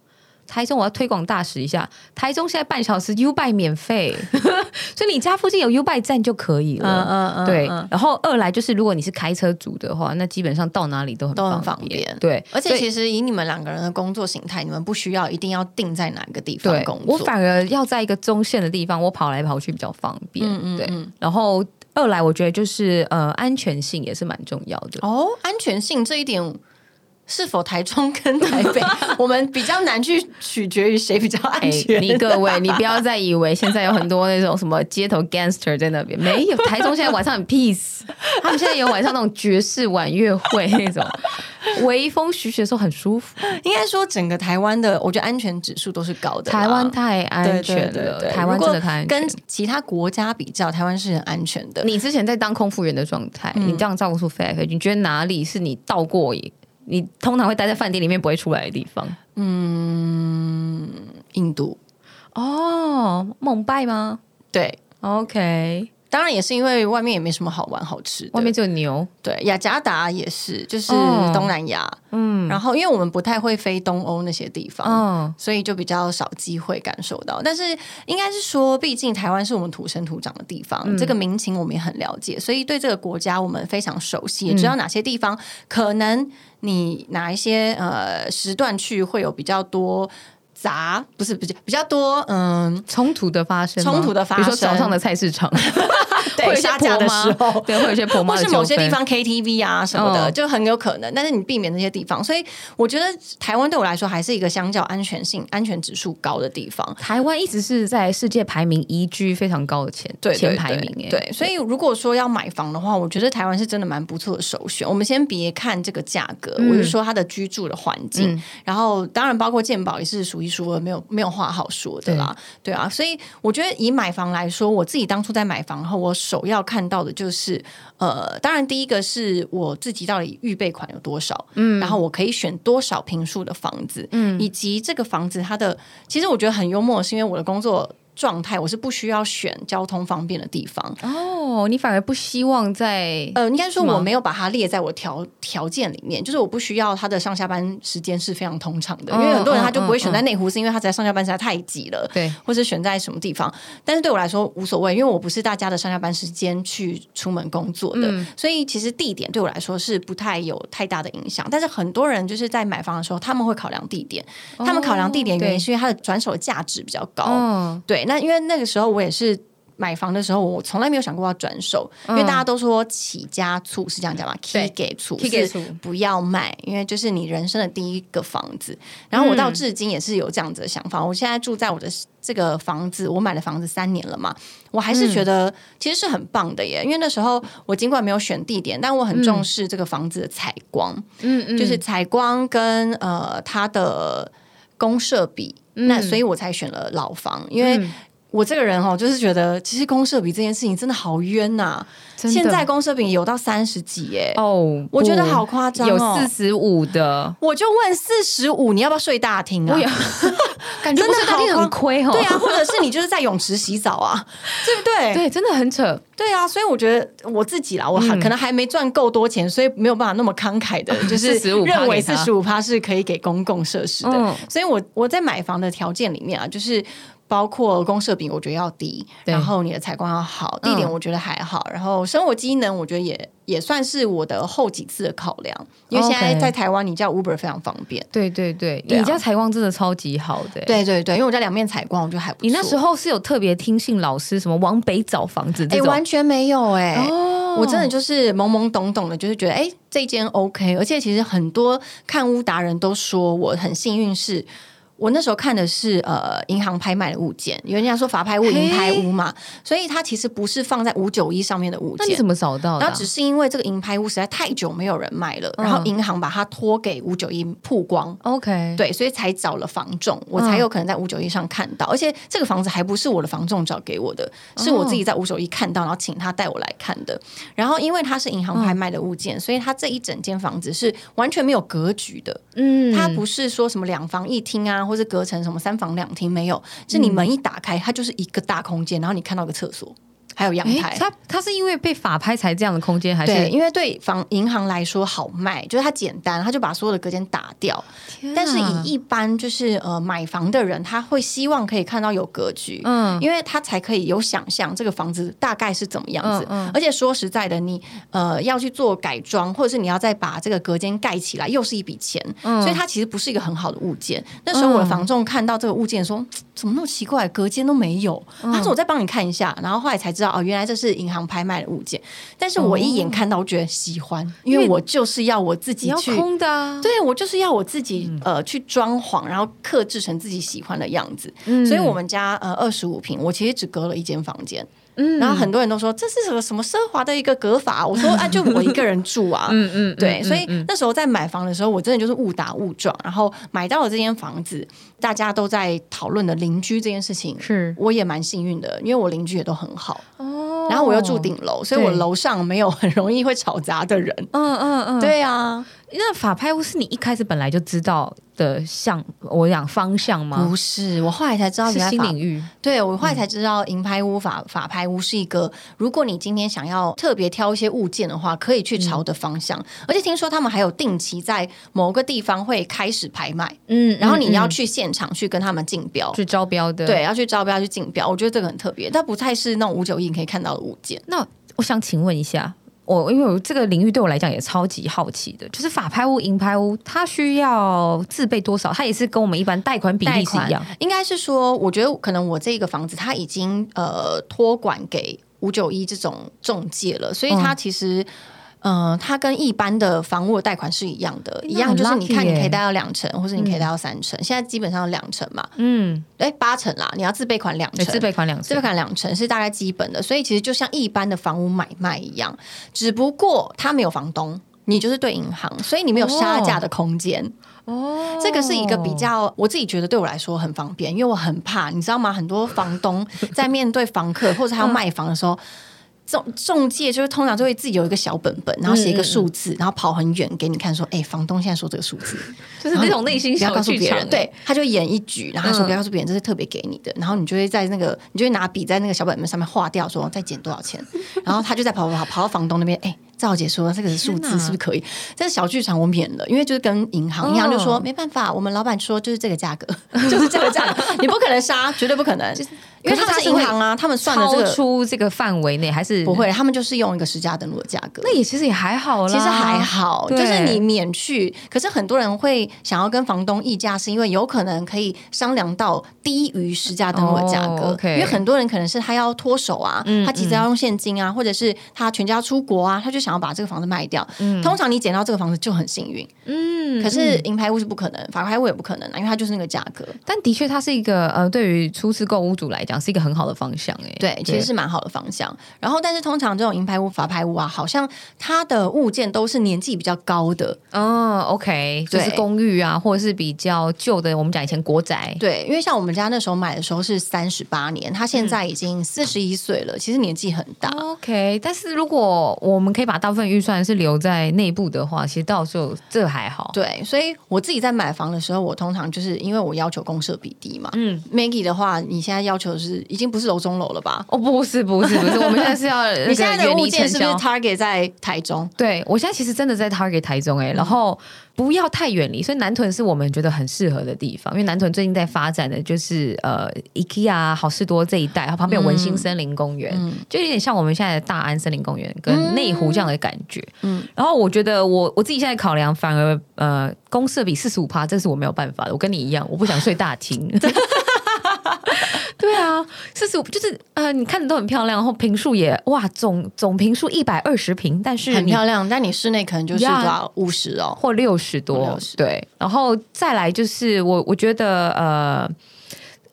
台中，我要推广大使一下。台中现在半小时 U Bike 免费， 所以你家附近有 U Bike 站就可以了。
嗯嗯
对，然后二来就是，如果你是开车族的话，那基本上到哪里都很
都很
方
方便
对，
而且
所以
其实以你们两个人的工作形态，你们不需要一定要定在哪个地方
对
工
我
作。
反而要在一个中线的地方，我跑来跑去比较方便。
嗯嗯
对
嗯，
然后二来我觉得就是呃安全性也是蛮重要的。
哦，安全性这一点。是否台中跟台 北，我们比较难去取决于谁比较安
哎、
全？
你各位，你不要再以为现在有很多那种什么街头 gangster 在那边，没有。台中现在晚上很 peace，他们现在有晚上那种爵士晚乐会那 种，微风徐徐的时候很舒服。
应该说整个台湾的，我觉得安全指数都是高的啦。
台湾太安
对
全
对
了，
对对
台湾真的太安
如
全
果。跟其他国家比较，台湾是很安全的。
你之前在当空服员的状态，你
嗯
这样照顾出飞来飞去，你觉得哪里是你到过瘾？你通常会待在饭店里面不会出来的地方？
印度
哦，孟拜吗
对，
？OK，
当然也是因为外面也没什么好玩好吃的。
外面只有牛。
对雅加达也是，就是
哦
东南亚。嗯，然后因为我们不太会飞东欧那些地方。
嗯，
所以就比较少机会感受到，但是应该是说，毕竟台湾是我们土生土长的地方，
嗯
这个民情我们也很了解，所以对这个国家我们非常熟悉，也
嗯
知道哪些地方可能你哪一些呃时段去会有比较多杂，不是不是比较多嗯。
冲突的发生吗，
冲突的发生
比如说早上的菜市场，会
对
有一些
杀价
婆
的
妈
时候，
对，会有一些婆妈
或
的
是某
纠
些地
纷
方 KTV 啊什么的，
嗯
就很有可能。但是你避免那些地方，所以我觉得台湾对我来说还是一个相较安全性、安全指数高的地方。
台湾一直是在世界排名一居非常高的前
对对
前
对
排名，哎，
对，所以如果说要买房的话，我觉得台湾是真的蛮不错的首选。我们先别看这个价格，我是说它的居住的环境，然后当然包括健保也是数一数二，没有没有话好说的啦，对啊。所以我觉得以买房来说，我自己当初在买房后，我首要看到的就是，呃，当然第一个是我自己到底预备款有多少，嗯，然后我可以选多少平数的房子，嗯，以及这个房子它的，其实我觉得很幽默，是因为我的工作。状态我是不需要选交通方便的地方，
哦，你反而不希望在
呃，应该说
是吗
我没有把它列在我条条件里面，就是我不需要他的上下班时间是非常通畅的，因为
嗯
很多人他就不会
嗯
选在内湖，是因为他在上下班实在太挤了，
对
或是选在什么地方。但是对我来说无所谓，因为我不是大家的上下班时间去出门工作的，
嗯
所以其实地点对我来说是不太有太大的影响。但是很多人就是在买房的时候，他们会考量地点，他们考量地点原因
哦对
是因为它的转手的价值比较高，
哦，
对，那因为那个时候我也是买房的时候，我从来没有想过要转手，因为大家都说起家厝是这样讲嘛
对
，key 给厝
起家
是
厝
不要卖，因为就是你人生的第一个房子。然后我到至今也是有这样子的想法，我现在住在我的这个房子，我买了房子三年了嘛，我还是觉得其实是很棒的耶，因为那时候我尽管没有选地点，但我很重视这个房子的采光。
嗯嗯，
就是采光跟呃它的公设比，
嗯
那所以我才选了老房，因为。我这个人哦，就是觉得其实公设比这件事情真的好冤呐、
真的
现在公设比有到三十几耶、
哦，
我觉得
不
好夸张哦
有四十五的，
我就问四十五，你要不要睡大厅啊？
我也感觉
真
不
的
是大厅
好夸
很亏哦，
对啊，，或者是你就是在泳池洗澡啊，对不对？
对，真的很扯，
对啊，所以我觉得我自己啦，我还、
嗯
可能还没赚够多钱，所以没有办法那么慷慨 的，就是
45%
认为
给
四
他
十五趴是可以给公共设施的。
嗯
所以我我在买房的条件里面啊，就是。包括公设比，我觉得要低，
对嗯
然后你的采光要好，地点我觉得还好，然后生活机能我觉得也也算是我的后几次的考量，因为现在
OK
在台湾你叫 Uber 非常方便，
对对对，
对啊
你家采光真的超级好的、欸
对对对，因为我家两面采光，我觉得还不错。
你那时候是有特别听信老师什么往北找房子
哎、
这种，
完全没有哎、
哦
我真的就是懵懵懂懂的，就是觉得哎、这间 OK，而且其实很多看屋达人都说我很幸运是。我那时候看的是呃银行拍卖的物件，有人家说法拍屋、银拍屋嘛，所以它其实不是放在五九一上面的物
那你
件
怎，么找到的
然
啊、嗯
后只是因为这个银拍屋实在太久没有人卖了，然后银行把它托给五九一曝光，
OK，
对，所以才找了房仲，我
嗯
才有可能在五九一上看到，而且这个房子还不是我的房仲找给我的，
哦
是我自己在五九一看到，然后请他带我来看的。然后因为它是银行拍卖的物
嗯
件，所以它这一整间房子是完全没有格局的，
嗯
它不是说什么两房一厅啊，或是隔成什么三房两厅，没有，
嗯
是你门一打开，它就是一个大空间，然后你看到一个厕所，还有阳
哎、
台。
他他是因为被法拍才这样的空间，还
对，
是
因为对房银行来说好卖，就是它简单，它就把所有的隔间打掉，
天啊
但是以一般就是呃买房的人，他会希望可以看到有格局，
嗯
因为他才可以有想象这个房子大概是怎么样子。
嗯嗯
而且说实在的，你呃要去做改装，或者是你要再把这个隔间盖起来，又是一笔钱，
嗯
所以它其实不是一个很好的物件。那时候我的房仲看到这个物件说，嗯怎么那么奇怪，隔间都没有？
嗯
他说我再帮你看一下，然后后来才知道哦，原来这是银行拍卖的物件。但是我一眼看到，我觉得喜欢，因为我就是要我自
你
己
要
去
空的、啊，
对我就是要我自己、
嗯
呃去装潢，然后克制成自己喜欢的样子。
嗯
所以我们家呃二十五平，我其实只隔了一间房间。
嗯
然后很多人都说这是什么什么奢华的一个隔法，我说啊，就我一个人住啊，
嗯嗯，嗯
对，
嗯
所以那时候在买房的时候，我真的就是误打误撞，然后买到了这间房子，大家都在讨论的邻居这件事情，
是
我也蛮幸运的，因为我邻居也都很好，
哦
然后我又住顶，楼，所以我
对
楼上没有很容易会吵杂的人。
嗯嗯嗯，。
对啊，
那法拍屋是你一开始本来就知道的向，我讲方向吗？
不是，我后来才知道
是嗯
原来
新
法
领域，
对，我后来才知道，银拍屋法法拍屋是一个，如果你今天想要特别挑一些物件的话，可以去朝的方向。
嗯
而且听说他们还有定期在某个地方会开始拍卖，
嗯
然后你要
嗯
去现场去跟他们竞标
嗯，去招标的，
对，要去招标去竞标。我觉得这个很特别，它不太是那种五九一你可以看到的物件。
那我想请问一下，我因为我这个领域对我来讲也超级好奇的，就是法拍屋、银拍屋，它需要自备多少？它也是跟我们一般贷款比例是一样。
应该是说，我觉得可能我这个房子它已经呃托管给。五九一这种中介了，所以它其实。嗯，它跟一般的房屋的贷款是一样的，
那
一样就是
很
你看
lucky
你
耶
可以贷到两成，或者你可以贷到三成。现在基本上有两成嘛，
嗯，
哎，八成啦，你要自备款两
对，
成，
自备款两
自
次
备，款两成是大概基本的，所以其实就像一般的房屋买卖一样，只不过它没有房东，你就是对银行，所以你没有杀价的空间。
哦
这个是一个比较，我自己觉得对我来说很方便，因为我很怕，你知道吗？很多房东在面对房客或者还要卖房的时候。中中介就是通常就会自己有一个小本本，然后写一个数字，然后跑很远给你看，说：“哎、房东现在说这个数字，
就是那种内心
嗯不要
小
告诉
剧
别
场
人。”，对，他就演一局，然后他说：“
嗯
不要告诉别人，这是特别给你的。”然后你就会在那个，你就会拿笔在那个小本本上面划掉，说再减多少 钱。然后他就在跑跑跑跑到房东那边，哎、赵姐说这个数字
天哪
是不是可以？这小剧场我免了，因为就是跟银行，
哦
银行就说没办法，我们老板说就是这个价格， 就是这个价 格，你不可能杀，绝对不可能，因为他
可
们是
是他是会
银行啊，他们算的这
超
个
出这个范围内还是
不？会，他们就是用一个实价登录的价格。
那也其实也还好啦，
其实还好，
对
就是你免去。可是很多人会想要跟房东议价，是因为有可能可以商量到低于实价登录的价格。
哦，OK 嗯
因为很多人可能是他要脱手啊，他急着要用现金啊，或者是他全家出国啊，他就想要把这个房子卖掉。通常你捡到这个房子就很幸运，
嗯
可
嗯
是银牌屋是不可能，法拍屋也不可能啊，因为它就是那个价格。
但的确，它是一个呃，对于初次购屋主来讲是一个很好的方向哎、
对，其实是蛮好的方向。然后，但是通常这种银牌屋、法拍屋啊，好像它的物件都是年纪比较高的，
嗯，OK，就是
对
公寓啊，或者是比较旧的，我们讲以前国宅，
对，因为像我们家那时候买的时候是三十八年，他现在已经四十一岁了，其实年纪很大。
OK，但是如果我们可以把大部分预算是留在内部的话，其实到时候这还好。
对，所以我自己在买房的时候，我通常就是因为我要求公设比低嘛。
嗯，
Maggie 的话，你现在要求的是已经不是楼中楼了吧？
哦，不是不是不是，我们现在是要
你现在
那个
的
远离
物件是不是
尘嚣
target 在台中？
对我现在其实真的在 Target 台中哎、然后不要太远离，所以南屯是我们觉得很适合的地方，因为南屯最近在发展的就是呃 IKEA 啊好事多这一带，然后旁边有文心森林公园，就有点像我们现在的大安森林公园跟内湖这样的感觉。嗯，然后我觉得我我自己现在考量，反而呃公社比四十五趴，这是我没有办法的，我跟你一样，我不想睡大厅。对啊，四十五就是呃，你看的都很漂亮，然后平数也哇，总总平数一百二十平，但是
很
你
漂亮，但你室内可能就是
呀
到五十哦。
或六十多，
60
对，然后再来就是我我觉得呃。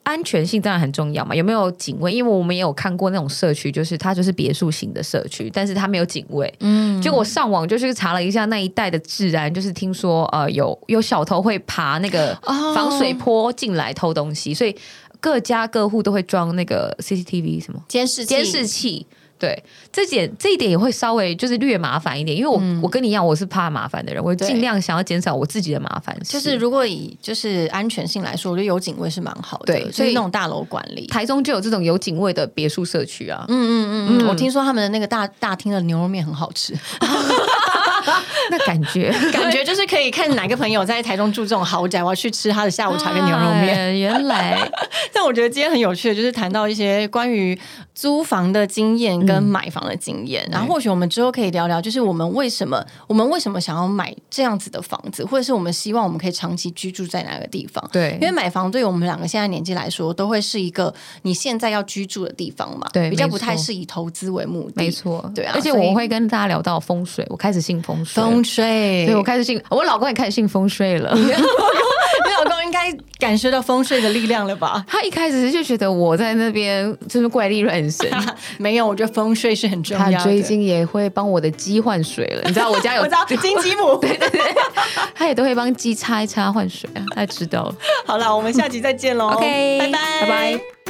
安全性当然很重要嘛，有没有警卫？因为我们也有看过那种社区，就是它就是别墅型的社区，但是它没有警卫。嗯，结果我上网就是查了一下那一带的治安，就是听说呃有有小偷会爬那个
哦
防水坡进来偷东西，所以各家各户都会装那个 CCTV 什么。
监视器
监视器。对，这点这一点也会稍微就是略麻烦一点，因为我、我跟你一样，我是怕麻烦的人，我
嗯对
尽量想要减少我自己的麻烦事。
就是如果以就是安全性来说，我觉得有警卫是蛮好的，
对
所
所以
以那种大楼管理。
台中就有这种有警卫的别墅社区啊，
嗯嗯嗯，我听说他们的那个大大厅的牛肉面很好吃。
那感 觉
感觉就是可以看哪个朋友在台中住这种豪宅，我要去吃他的下午茶跟牛肉面。
哎原来
但我觉得今天很有趣的，就是谈到一些关于租房的经验跟买房的经验，
哎
然后或许我们之后可以聊聊，就是我们为什么我们为什么想要买这样子的房子，或者是我们希望我们可以长期居住在哪个地方。
对
因为买房对于我们两个现在年纪来说，都会是一个你现在要居住的地方嘛，
对
比较
没错
不太是以投资为目的，
没，错，
对啊
而且
所以
我会跟大家聊到风水，我开始信风水，
风 水，嗯
对我开始信，我老公也开始信风水了。
你老公应该感受到风水的力量了吧？
他一开始就觉得我在那边就是怪力乱神，
没有，我觉得风水是很 重要
他
的。
最近也会帮我的鸡换水了。你知道我家有
我知道金鸡 母。
他也都会帮鸡擦一擦换水啊，他知道了。
好了，我们下集再见喽。
OK，
拜拜，
拜拜。